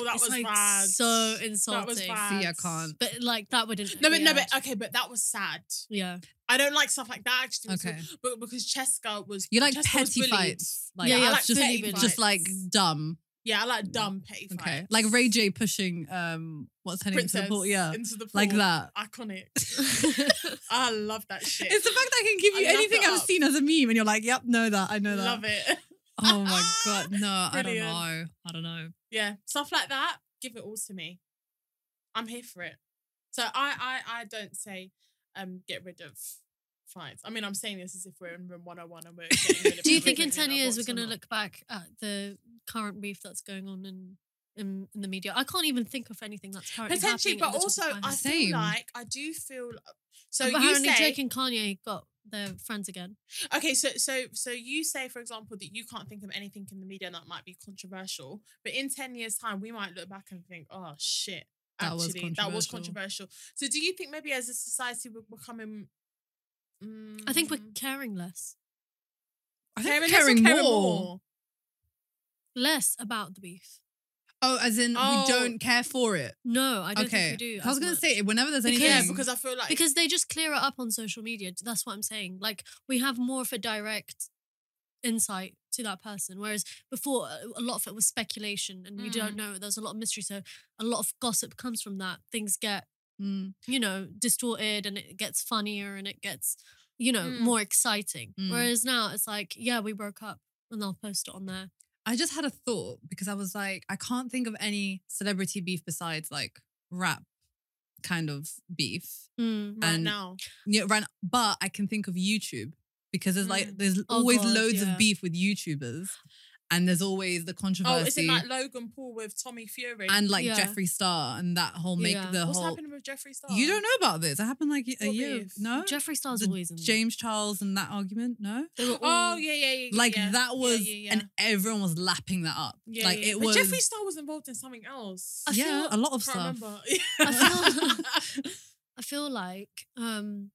bad. that It's, was like, bad. So insulting. That was bad. See, I can't. But like that wouldn't. No, but no, yeah. but okay, but that was sad. yeah, I don't like stuff like that actually. Okay. but because Cheska was You like Cheska was petty bullied. fights. Like, Yeah, yeah, I like it's just, petty just fights. like dumb. Yeah, I like dumb petty fights. Okay. Like Ray J pushing, um, what's her name? to the Princess pool. Yeah. into the pool. Like that. Iconic. I love that shit. It's the fact that I can give I you love anything it I've up. seen as a meme, and you're like, "Yep, know that, I know that." love it. Oh my god, no, I don't Brilliant. know, I don't know. Yeah, stuff like that. Give it all to me. I'm here for it. So I I I don't say um get rid of fights. I mean I'm saying this as if we're in room 101 and we're getting rid of Do you think in everything ten our years we're box or going to not. look back at the current beef that's going on in, in in the media? I can't even think of anything that's currently potentially, happening at but the top also of my I head. Same. feel like I do feel so you apparently say Jake and Kanye got their friends again. Okay, so so so you say, for example, that you can't think of anything in the media that might be controversial, but in ten years' time, we might look back and think, "Oh shit, That was actually, that was controversial." controversial." So, do you think maybe as a society we're becoming? I think we're mm, caring less, I caring think less or caring, caring more. more? less about the beef. Oh, as in Oh. we don't care for it. No, I don't okay, think we do. I was as gonna much. say whenever there's anything, Yeah, Because- because I feel like because they just clear it up on social media. That's what I'm saying. Like we have more of a direct insight to that person, whereas before uh, a- a lot of it was speculation and we don't Mm. know. There's a lot of mystery, so a lot of gossip comes from that. Things get Mm, you know distorted and it gets funnier and it gets you know Mm. more exciting. Mm. Whereas now it's like yeah we broke up and they'll post it on there. I just had a thought because I was like, I can't think of any celebrity beef besides like rap kind of beef. Mm. right and- now, Yeah, right. But I can think of YouTube because there's like Mm. there's Oh, always God, loads yeah. of beef with YouTubers, and there's always the oh, controversy. is it like Logan Paul with Tommy Fury? and like Yeah. Jeffree Star and that whole make Yeah. the what's whole. happening with Jeffree Star? You don't know about this. It happened like a What year. beef? Mm. No, Jeffree Star's The always in there. James Charles and that argument. No, They were Oh all- yeah, yeah, yeah. yeah, like yeah. that Yeah, was, yeah, yeah. and everyone was lapping that up. Yeah, like yeah. it But was. Jeffree Star was involved in something else. I yeah, feel- a lot of can't stuff. remember. I I feel like um,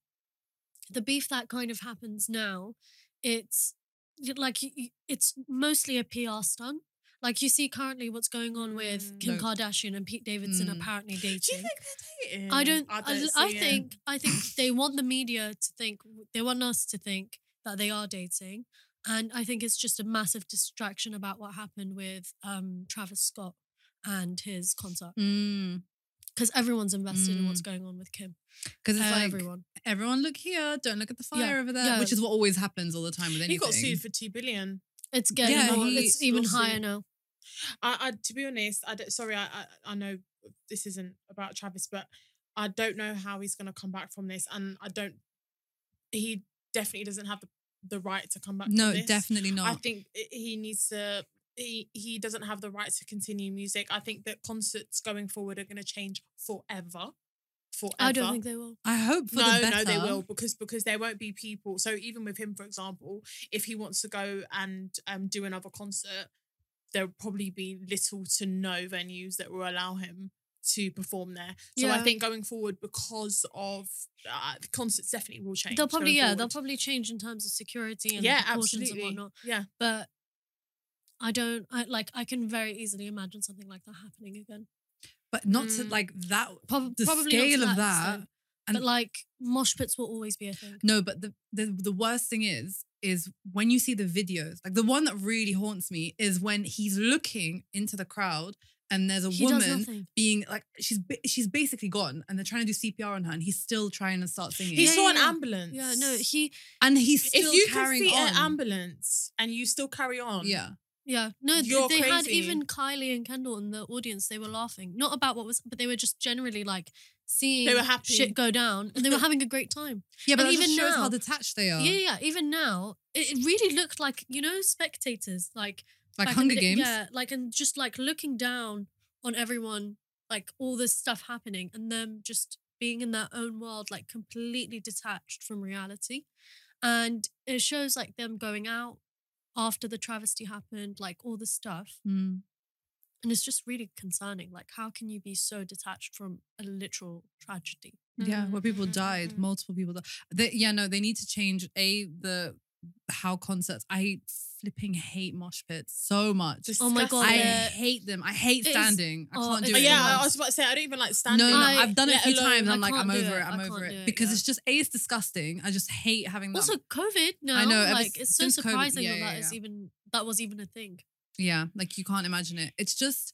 the beef that kind of happens now, it's y- like y- y- it's mostly a PR stunt. Like you see currently what's going on with Mm. Kim No. Kardashian and Pete Davidson Mm. apparently dating. Do you think mm, they're dating? I don't. I, don't I see it. think. I think they want the media to think. They want us to think that they are dating, and I think it's just a massive distraction about what happened with um, Travis Scott and his concert Mm, because everyone's invested in Mm. what's going on with Kim. Because it's like everyone. Everyone. look here, don't look at the fire Yeah, over there, yeah. which is what always happens all the time with anything. He got sued for two billion. It's getting Yeah, more, he- it's even lawsuit. higher now. I, I to be honest, I don't, sorry, I, I I know this isn't about Travis, but I don't know how he's gonna come back from this, and I don't. He definitely doesn't have the, the right to come back. no, from this. definitely not. I think i- he needs to. He, he doesn't have the right to continue music. I think that concerts going forward are going to change forever, forever. I don't think they will. I hope for no, the better. no, they will because because there won't be people. So even with him, for example, if he wants to go and um do another concert, there'll probably be little to no venues that will allow him to perform there. So I Yeah. think going forward, because of uh, the concerts, definitely will change. They'll probably going yeah, they'll forward. probably change in terms of security and yeah, precautions absolutely, and whatnot. yeah. But I don't I like I can very easily imagine something like that happening again. But not to Mm. like that. Prob- The probably not to scale of that. extent. and- but like mosh pits will always be a thing. No, but the, the the worst thing is is when you see the videos. Like the one that really haunts me is when he's looking into the crowd and there's a he does woman nothing. being like she's ba- she's basically gone and they're trying to do CPR on her and he's still trying to start singing. He Yeah, saw yeah, an yeah. ambulance. Yeah, no, he and he's still if you can carrying see on. an ambulance and you still carry on, yeah. yeah. No, th- You're they had crazy. even Kylie and Kendall in the audience, they were laughing. Not about what was but they were just generally like seeing They were happy. shit go down and they were having a great time. Yeah, but And that even even shows how now- detached they are. Yeah, yeah, yeah. Even now, it, it really looked like, you know, spectators, like Like back in Hunger the day- Games. Yeah, like and just like looking down on everyone, like all this stuff happening, and them just being in their own world, like completely detached from reality. And it shows like them going out after the travesty happened, like all this stuff. Mm. And it's just really concerning. Like, how can you be so detached from a literal tragedy? Yeah, Mm-hmm, where people Mm, mm, died, mm. multiple people died. They, yeah, no, they need to change a the how concerts. I flipping hate mosh pits so much. Oh my God, I Disgusting. they're- hate them. I hate It is- standing. I oh, can't do it's it. the yeah, anymore. I worst. was about to say I don't even like no, standing. no, no. I- I've done it a let few times. alone- and I I'm like, I'm can't do over it. it. I'm I over can't it do it, because yeah. it's just a. It's disgusting. I just hate having that. Mm-hmm. Also, COVID now. I know, ever Like, s- it's so since COVID, surprising yeah, that yeah, that is even that was even a thing. yeah, like you can't imagine it. It's just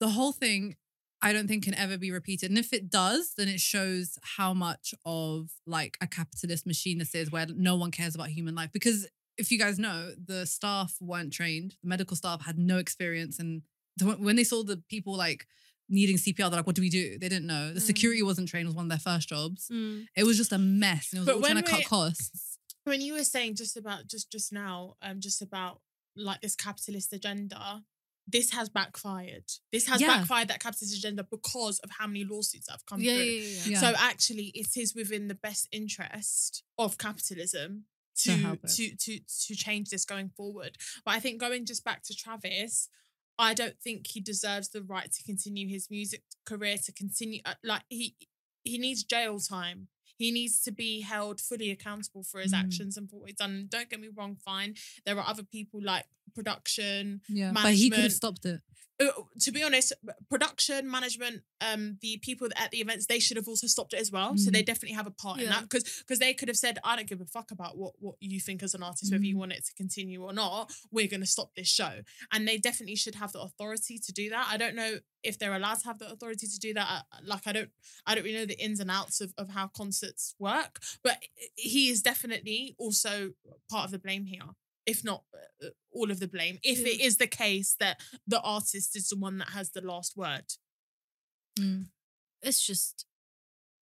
the whole thing. I don't think can ever be repeated. And if it does, then it shows how much of like a capitalist machine this is, where no one cares about human life. Because if you guys know, the staff weren't trained. The medical staff had no experience, and the- when they saw the people like needing CPR, they're like, "What do we do?" They didn't know. The Mm. security wasn't trained. It was one of their first jobs. It was just a mess. And it was But all trying to when cut we- costs. when you were saying just about just just now, um, just about like this capitalist agenda, this has backfired. This has Yeah. backfired that capitalist agenda because of how many lawsuits have come Yeah, through. yeah, yeah, yeah. Yeah. So actually, it is within the best interest of capitalism To to help it. to to to change this going forward. But I think going just back to Travis, I don't think he deserves the right to continue his music career. To continue, uh, like he he needs jail time. He needs to be held fully accountable for his Mm. actions and for what he's done. And don't get me wrong, fine. There are other people like production, Yeah, but he could have management- stopped it. uh, to be honest, production management, um, the people at the events, they should have also stopped it as well. So they definitely have a part in Yeah. that because because they could have said, I don't give a fuck about what what you think as an artist, whether you want it to continue or not. We're gonna stop this show, and they definitely should have the authority to do that. I don't know if they're allowed to have the authority to do that. I- Like I don't I don't really know the ins and outs of of how concerts work, but he is definitely also part of the blame here. If not uh, all of the blame, if it is the case that the artist is the one that has the last word. It's just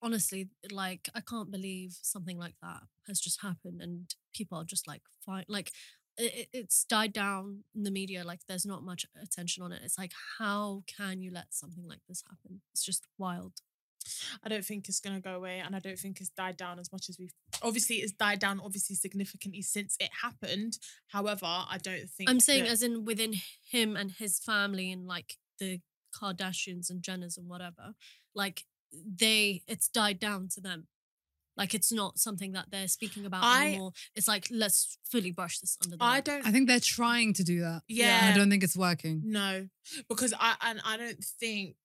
honestly like I can't believe something like that has just happened, and people are just like fine. Like it, it- it's died down in the media. Like there's not much attention on it. It's like how can you let something like this happen? It's just wild. I don't think it's going to go away, and I don't think it's died down as much as we've. Obviously, it's died down obviously significantly since it happened. However, I don't think I'm saying that- as in within him and his family and like the Kardashians and Jenners and whatever, like they it's died down to them. Like it's not something that they're speaking about I- anymore. It's like let's fully brush this under the I rug. don't. I think they're trying to do that. yeah, I don't think it's working. no, because I and I don't think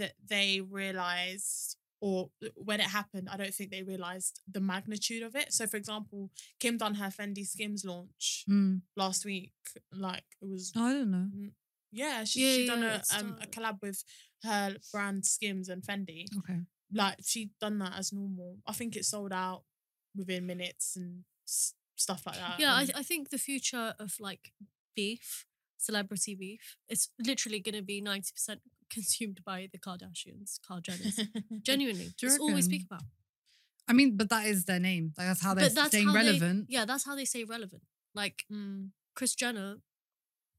that they realized. Or when it happened, I don't think they realized the magnitude of it. So, for example, Kim done her Fendi Skims launch Mm. last week. Like it was Oh, I don't know. Yeah, she, Yeah, she yeah, done yeah, a, it's um, a done. collab with her brand Skims and Fendi. Okay. Like she done that as normal. I think it sold out within minutes and s- stuff like that. yeah, I, and- I think the future of like beef, celebrity beef, it's literally gonna be 90% consumed by the Kardashians, Kar Jenners. Genuinely. Do you It's all we reckon? speak about. I mean, but that is their name. Like that's how they're But that's staying how they- relevant. Yeah, that's how they say relevant. Like Mm. Chris Jenner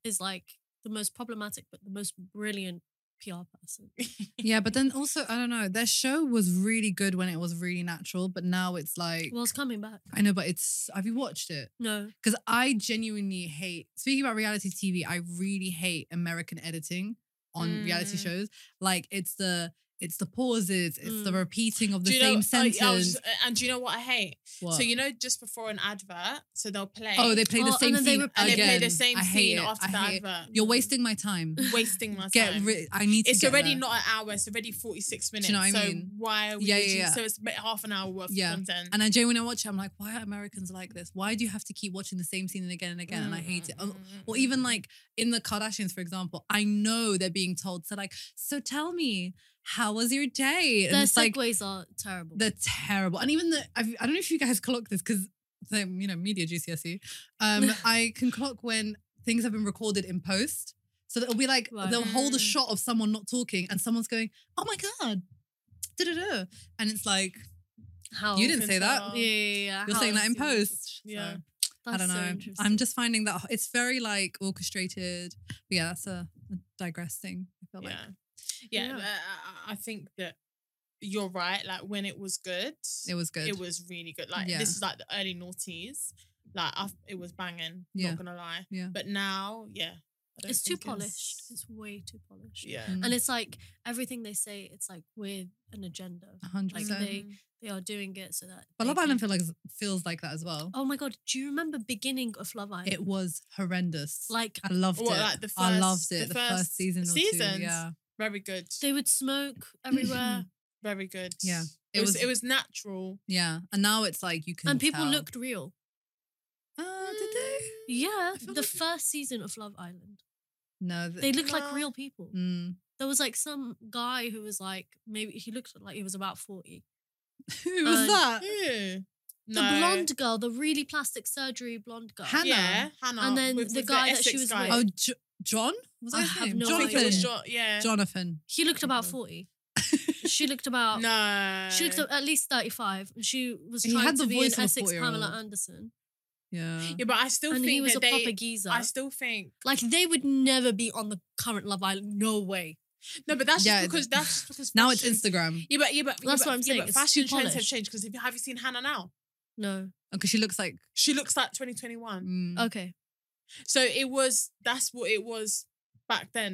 is like the most problematic but the most brilliant PR person. yeah, but then also I don't know. Their show was really good when it was really natural, but now it's like Well, it's coming back. I know, but it's have you watched it? No. Because I genuinely hate speaking about reality TV. I really hate American editing on reality Mm. shows. Like it's the it's the pauses, it's the Mm. repeating of the Do you same know, I- sentence. I was just- and do you know what I hate? So What? you know, just before an advert, so they'll play. oh, they play Oh, the and same then they scene were- and they play the again. same I hate scene it. after I the hate it. advert. You're wasting my time. wasting my Get time. rid. I need to. it's get already there. not an hour. It's already forty six minutes. you know what I so mean? why? Are we Yeah, yeah, using- yeah. So it's about half an hour worth Yeah. of content. And I genuinely when I watch it, I'm like, why are Americans like this? Why do you have to keep watching the same scene and again and again? And I hate it. Oh, Mm-hmm. Mm. Or even like in the Kardashians, for example, I know they're being told to like, so tell me, how was your day? And Their it's like segues are terrible. they're terrible. And even the I've, I don't know if you guys clock this because you know media GCSE. Um, I can clock when things have been recorded in post. So that it'll be like Right. they'll hold a Mm. shot of someone not talking and someone's going, oh my god, da da da, and it's like How? you didn't say that. Yeah, yeah, yeah. You're how saying that in often- post. Yeah. So, I That's don't so know. I'm interesting. just finding that it's very like orchestrated. But yeah, that's a, a digress thing. I feel like. yeah, yeah. Yeah. uh, I- I think that you're right. Like when it was good, It was good. it was really good. Like Yeah. this is like the early noughties. Like i it was banging. Yeah. Not gonna lie. Yeah. But now, yeah, I don't It's too think polished. It's way too polished. Yeah. Mm. And it's like everything they say, it's like with an agenda. A hundred Like percent. they, they are doing it so that. Ah. But they Love Island feel can- like feels like that as well. Oh my god! Do you remember beginning of Love Island? It was horrendous. like I loved What, it. like the I first- loved it. the The, first, first season. Or seasons? Two. Yeah. very good. they would smoke everywhere, Very good. Yeah. It, was, It was natural. Yeah. And now it's like you can. and people mm, tell. looked real. Oh, did they? Yeah, feel the like- first season of Love Island, No. they looked like Well, real people. Mm. There was like some guy who was like maybe he looked like he was about forty. Who was Uh, that? Ew. The blonde girl, the really plastic surgery blonde girl. Hannah. Yeah, Hannah. And then the guy that she Essex was guy. with. Oh, jo- John. Was that I his have name? no I Oh, Jonathan. think it was John. Yeah. Jonathan. He looked about Okay. forty. she looked about No. She looked at least 35. and She was He trying had to the be voice an of a Essex 40-year-old. Pamela Anderson. Yeah. Yeah, but I still And think he was that a they. proper geezer. I still think Like, they would never be on the current Love Island. No way. no, but that's Yeah, just because that's just because Now it's fashion- Instagram Yeah, but yeah, but yeah, That's but- what I'm yeah, saying, but it's fashion too trends have polished. changed because if you have you seen Hannah now, No. because she looks like. she looks like 2021. Mm. Okay. So it was that's what it was back then.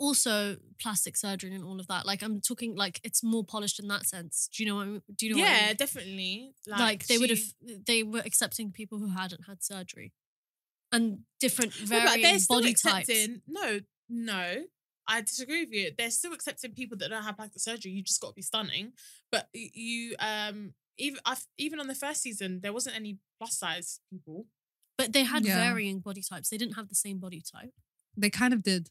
Also, plastic surgery and all of that. Like, I'm talking, like, it's more polished in that sense. Do you know what I mean? Do you know what I yeah, mean? definitely. Like, they would have, she- they were accepting people who hadn't had surgery and different No, but varying they're still body types. accepting. No, no. I disagree with you. They're still accepting people that don't have plastic surgery. You just got to be stunning. But y- you, um, even i even on the first season, there wasn't any plus size people. But they had Yeah. varying body types. They didn't have the same body type. They kind of did.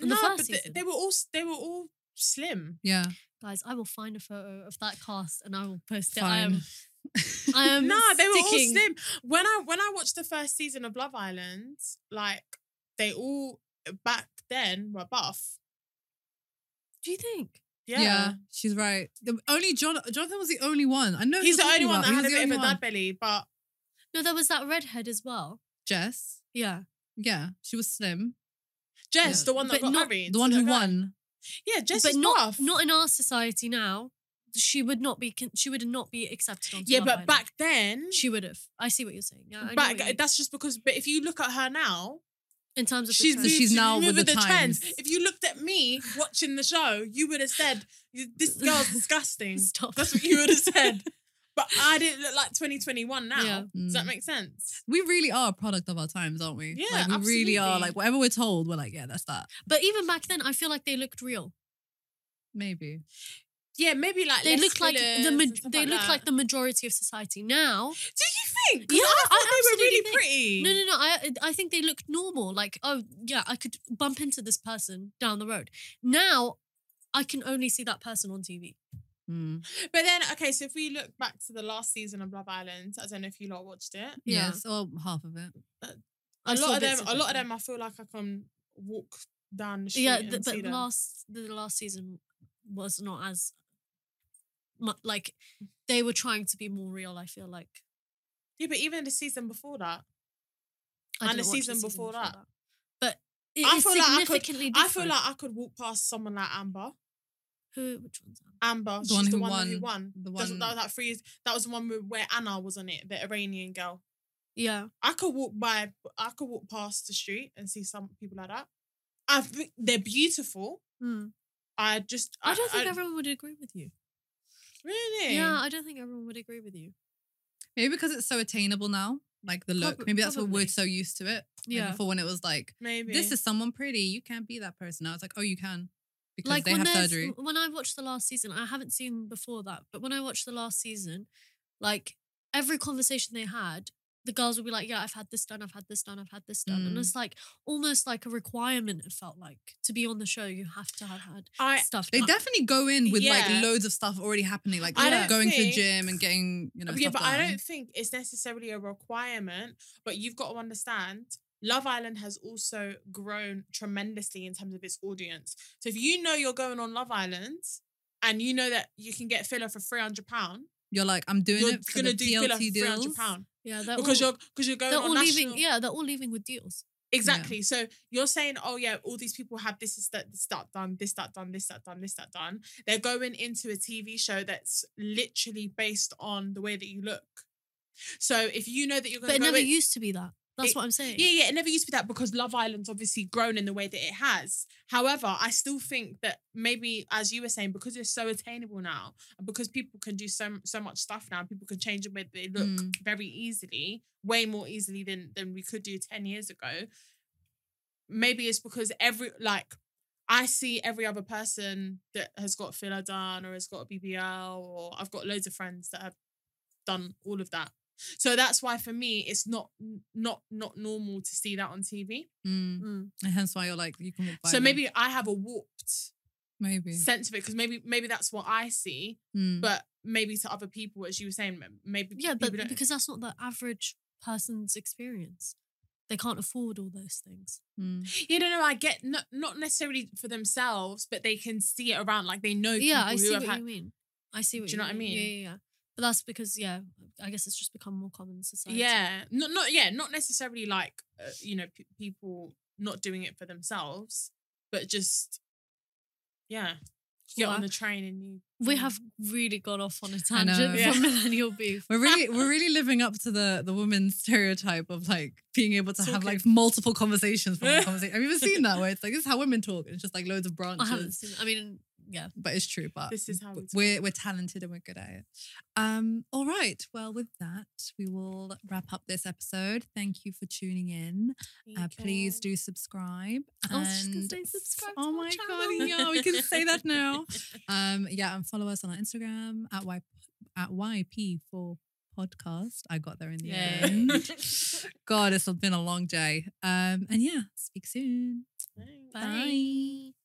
In the first th- season. they were all s- they were all slim. Yeah. Guys, I will find a photo of that cast and I will post it. Fine. I um, am I am nah, they were all Um, sticking- slim. When I when I watched the first season of Love Island, like they all uh, back then were buff. Do you think? yeah. Yeah. She's right. The only John Jonathan was the only one. I know. who He's you're the only talking one about. that He had a was the bit of only a one. dad belly, but No, there was that redhead as well. Jess. Yeah. Yeah, she was slim. Jess, Yeah. the one that But got not- married, The one who that- won. Yeah, Jess but is not buff. not in our society now. She would not be con- she would not be accepted on Yeah, but back then, she would have. I see what you're saying. Yeah. I know back what you mean. that's just because. But if you look at her now, in terms of the she's trend. So she's she's now now with the trends. times. If you looked at me watching the show, you would have said, "You- "This girl's disgusting." Stop. That's what you would have said. But I didn't look like 2021 now. Yeah. Does that Mm. make sense? We really are a product of our times, aren't we? Yeah, like, we really are. absolutely. Like whatever we're told, we're like, yeah, that's that. But even back then, I feel like they looked real. Maybe. Yeah, maybe like They less looked like fillers the and ma- stuff they like looked that. like the majority of society now. Do you think? 'Cause Yeah, I thought I they were really absolutely pretty. No, no, no. I I think they looked normal. Like, oh yeah, I could bump into this person down the road. Now, I can only see that person on TV. Mm. But then, okay, so if we look back to the last season of Love Island, I don't know if you lot watched it. Yeah. Yes, or half of it. I A saw lot of bits them, a lot of it. them, I feel like I can walk down the street. Yeah, and th- see but them. last the last season was not as mu- like they were trying to be more real. I feel like Yeah, but even the season before that. I And didn't the watch season before that. but It I is feel like I could- significantly I different. feel like I could walk past someone like Amber. Who, which one's that? Amber, she's one the who one won. who won. The That's- one- that was that three years. That was the one with- where Anna was on it, the Iranian girl. Yeah. I could walk by. I could walk past the street and see some people like that. I think they're beautiful. Mm. I just. I don't think everyone would agree with you. Really. Yeah, I don't think everyone would agree with you. Maybe because it's so attainable now, like the look. Prob- Maybe that's what probably. we're so used to it. Like, Yeah. before when it was like, Maybe. this is someone pretty, you can't be that person. I was like, oh, you can because like they when have there's- surgery. when I watched the last season, I haven't seen before that, but when I watched the last season, like every conversation they had, the girls would be like, "Yeah, I've had this done. I've had this done. I've had this done," and Mm. it's like almost like a requirement. It felt like to be on the show, you have to have had I. stuff. They done. definitely go in with uh, Yeah. like loads of stuff already happening, like I yeah, don't going to the think- gym and getting you know. yeah, stuff but I done. don't think it's necessarily a requirement. But you've got to understand, Love Island has also grown tremendously in terms of its audience. So if you know you're going on Love Island, and you know that you can get filler for three hundred pound, You're like, I'm doing you're it for gonna the do filler for PLT three hundred deals. pound yeah, they're because all, you're because you're going they're on all national. leaving. Yeah, they're all leaving with deals. Exactly. So you're saying, oh yeah, all these people have this is that this that done, this that done, this that done, this that done. They're going into a TV show that's literally based on the way that you look. So if you know that you're But going it to go never in- used to be that. That's It- what I'm saying. yeah, yeah, it never used to be that because Love Island's obviously grown in the way that it has. However, I still think that maybe, as you were saying, because it's so attainable now, and because people can do so so much stuff now, people can change the way they look Mm. very easily, way more easily than than we could do ten years ago. Maybe it's because every like. I see every other person that has got filler done or has got a BBL, or I've got loads of friends that have done all of that. So that's why for me it's not not not normal to see that on TV. Mm. Mm. And hence why you're like, you can walk by. so them. maybe I have a warped maybe. sense of it because maybe maybe that's what I see, Mm. but maybe to other people, as you were saying, m- maybe Mm-hmm. Yeah, people but don't- because that's not the average person's experience. They can't afford all those things. Mm. you know, no, I get not not necessarily for themselves, but they can see it around, like they know. yeah, people I who see have what had- Oh, you mean. I see what Do you know what I Yeah, mean? yeah, yeah. But that's because yeah, I guess it's just become more common in society. Yeah, not not yeah, not necessarily like uh, you know p- people not doing it for themselves, but just yeah, you get Well, on I- the train and you we you- have really gone off on a I know. tangent Yeah. from millennial beef. We're really we're really living up to the the woman's stereotype of like being able to have Talking. like multiple conversations from one conversation. Have you ever seen that where it's like this is how women talk? It's just like loads of I haven't branches. seen. I mean, yeah. But it's true, but This is how we w- talk. we're we're talented and we're good at it. Um, all right. Well, with that, we will wrap up this episode. Thank you for tuning in. Uh, please People. do subscribe. I was just gonna and say f- subscribe to Oh our my channel. god, yeah, we can say that now. Um, yeah, and follow us on our Instagram at y at yp for podcast. I got there in the Yeah. end. God, it's been a long day. Um, and yeah, speak soon. Thanks. Bye. Bye.